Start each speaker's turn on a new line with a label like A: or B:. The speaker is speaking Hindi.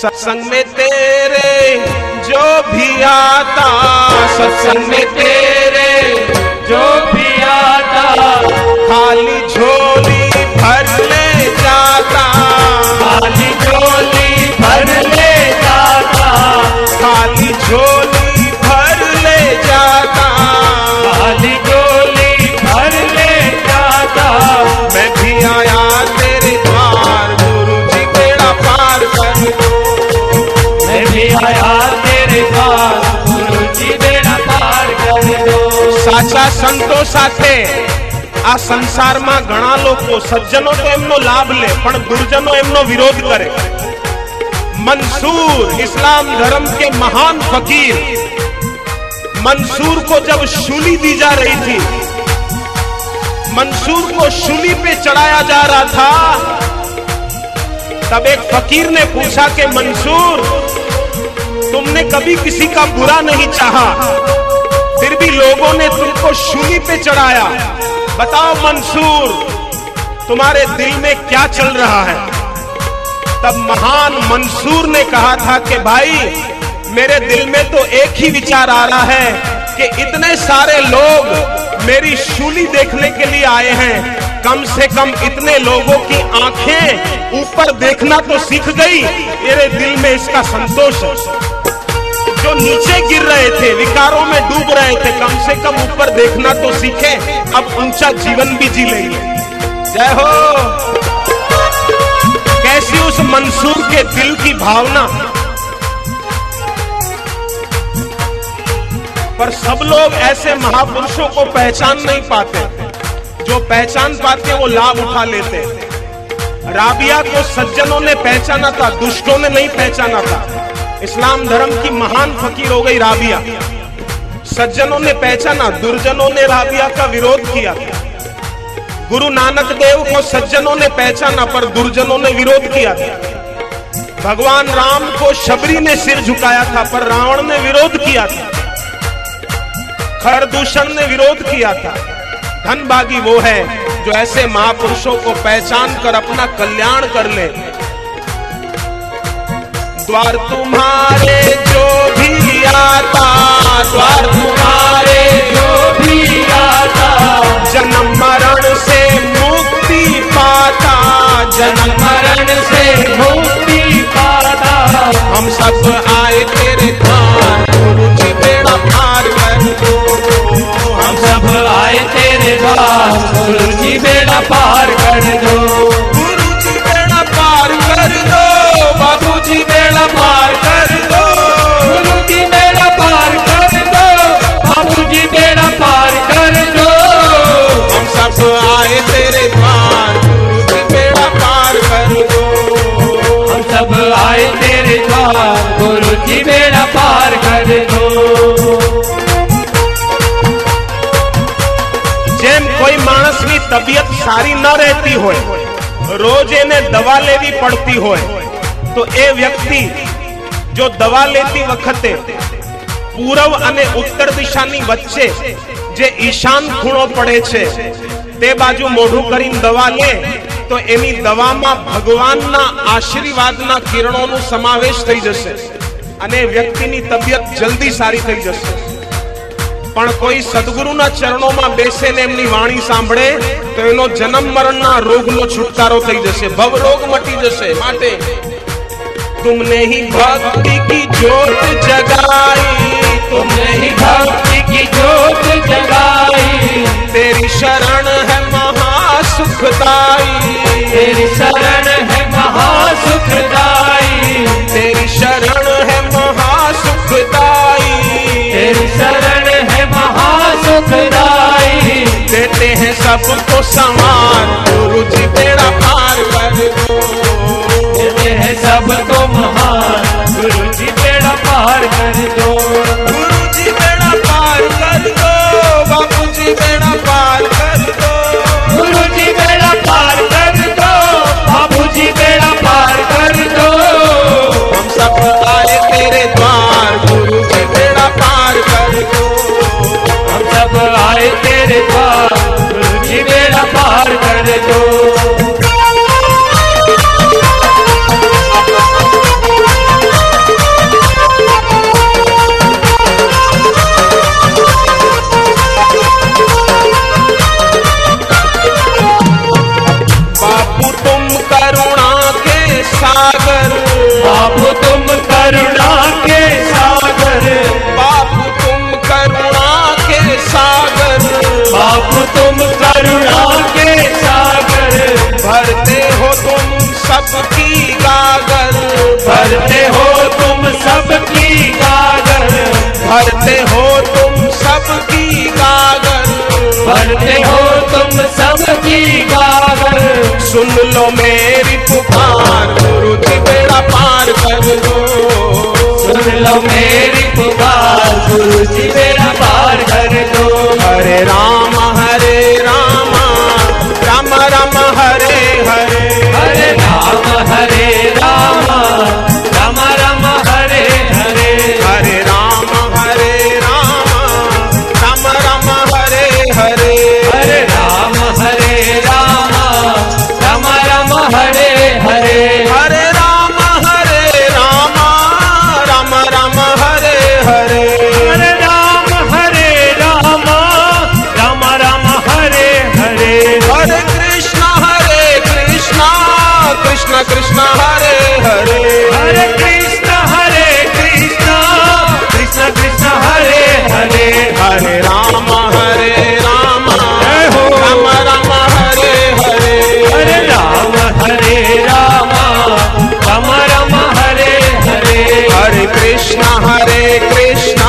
A: सत्संग में तेरे जो भी आता सत्संग में तेरे
B: जो भी आता
A: खाली झोली भर ले जाता
B: खाली झोली भर ले जाता
A: खाली झोली भर ले जाता
B: खाली झोली भर ले जाता
A: मैं भी आया तेरे द्वार गुरु जी केड़ा पार कर
B: मैं भी आया तेरे पास गुरु जी बेड़ा पार कर दो
A: સાચા સંતો સાથે આ સંસારમાં ઘણા લોકો સજ્જનો તો એમનો લાભ લે પણ દુર્જનો એમનો વિરોધ કરે मंसूर इस्लाम धर्म के महान फकीर मंसूर को जब शूली दी जा रही थी मंसूर को शूली पे चढ़ाया जा रहा था तब एक फकीर ने पूछा कि मंसूर तुमने कभी किसी का बुरा नहीं चाहा फिर भी लोगों ने तुमको शूली पे चढ़ाया बताओ मंसूर तुम्हारे दिल में क्या चल रहा है तब महान मंसूर ने कहा था कि भाई मेरे दिल में तो एक ही विचार आ रहा है कि इतने सारे लोग मेरी शूली देखने के लिए आए हैं कम से कम इतने लोगों की आंखें ऊपर देखना तो सीख गई मेरे दिल में इसका संतोष है जो नीचे गिर रहे थे विकारों में डूब रहे थे कम से कम ऊपर देखना तो सीखे अब ऊंचा जीवन भी जी लेंगे जय हो कैसी उस मंसूर के दिल की भावना पर सब लोग ऐसे महापुरुषों को पहचान नहीं पाते जो पहचान पाते हैं, वो लाभ उठा लेते हैं। राबिया को सज्जनों ने पहचाना था दुष्टों ने नहीं पहचाना था इस्लाम धर्म की महान फकीर हो गई राबिया सज्जनों ने पहचाना दुर्जनों ने राबिया का विरोध किया गुरु नानक देव को सज्जनों ने पहचाना पर दुर्जनों ने विरोध किया था भगवान राम को शबरी ने सिर झुकाया था पर रावण ने विरोध किया था खरदूषण ने विरोध किया था धनभागी वो है जो ऐसे महापुरुषों को पहचान कर अपना कल्याण कर ले द्वार तुम्हारे जो भी आता द्वार तुम्हारे जो
B: भी आता
A: जन्म मरण से मुक्ति पाता जन्म
B: जन्म मरण से मुक्ति पाता
A: हम सब आए तेरे द्वार गुरु जी बेड़ा पार कर दो
B: हम
A: हम
B: सब आए तेरे पास गुरु जी बेड़ा पार कर दो
A: गुरु जी बेड़ा पार कर दो बाबू जी बेड़ा पार कर दो
B: गुरु जी बेड़ा पार कर दो बाबू जी बेड़ा पार कर दो
A: हम सब आए तेरे द्वार गुरु जी बेड़ा पार कर दो
B: हम सब आए तेरे द्वार गुरु जी बेड़ा पार कर दो
A: જેમ કોઈ માણસની તબિયત સારી ન રહેતી હોય રોજ એને દવા લેવી પડતી હોય તો એ વ્યક્તિ જો દવા લેતી વખતે પૂર્વ અને ઉત્તર દિશાની વચ્ચે જે ઈશાન ખૂણો પડે છે તે બાજુ મોઢું કરીને દવા લે તો એની દવામાં ભગવાનના આશીર્વાદના કિરણોનો સમાવેશ થઈ જશે અને વ્યક્તિની તબિયત જલ્દી સારી થઈ જશે પણ કોઈ સદગુરુના ચરણોમાં બેસે ને એમની વાણી સાંભળે તો એનો જન્મ મરણના રોગનો છુટકારો થઈ જશે ભવ રોગ મટી જશે માટે तुमने ही भक्ति की ज्योत जगाई तुमने ही
B: ही भक्ति की जोत जगाई
A: तेरी शरण है महासुखदाई
B: तेरी शरण है महासुखदाई
A: तेरी शरण है महासुखदाई
B: तेरी शरण है महासुखदाई
A: देते हैं सबको समान गुरु जी तेरा पार कर दो
B: देते हैं सबको महान गुरु जी बेड़ा पार कर दो
A: गुरु जी बेड़ा पार कर दो बापू जी बेड़ा पार कर दो
B: गुरु जी बेड़ा पार कर दो बाबू जी बेड़ा पार कर दो
A: हम सब आए तेरे द्वार गुरु जी बेड़ा पार कर दो
B: हम सब आए तेरे पास गुरु जी बेड़ा पार कर दो
C: Thank you.
A: सागर
B: बापू तुम करुणा के सागर
A: बापू तुम करुणा के सागर
B: बापू तुम करुणा के सागर
A: भरते हो तुम सबकी गागर
B: भरते हो तुम सबकी गागर
A: भरते हो तुम सबकी गागर
B: भरते हो तुम सबकी गागर
A: सुन लो मेरी पुकार गुरु जी बेड़ा पार कर दो
B: सुन लो मेरी पुकार गुरु जी मेरा पार कर दो
A: हरे राम हरे राम राम राम हरे हरे
B: हरे राम हरे राम राम राम हरे हरे
A: हरे राम हरे राम राम राम हरे हरे
B: हरे राम हरे राम राम राम हरे हरे
A: हरे राम हरे राम राम राम हरे हरे
B: हरे राम हरे राम राम राम हरे हरे
A: हरे कृष्ण हरे कृष्ण कृष्ण कृष्ण हरे हरे
B: हरे कृष्ण हरे कृष्ण कृष्ण कृष्ण हरे हरे
A: हरे राम हरे राम
B: जय हो।
A: राम राम हरे हरे
B: हरे राम हरे राम राम राम हरे हरे
A: हरे कृष्ण हरे कृष्ण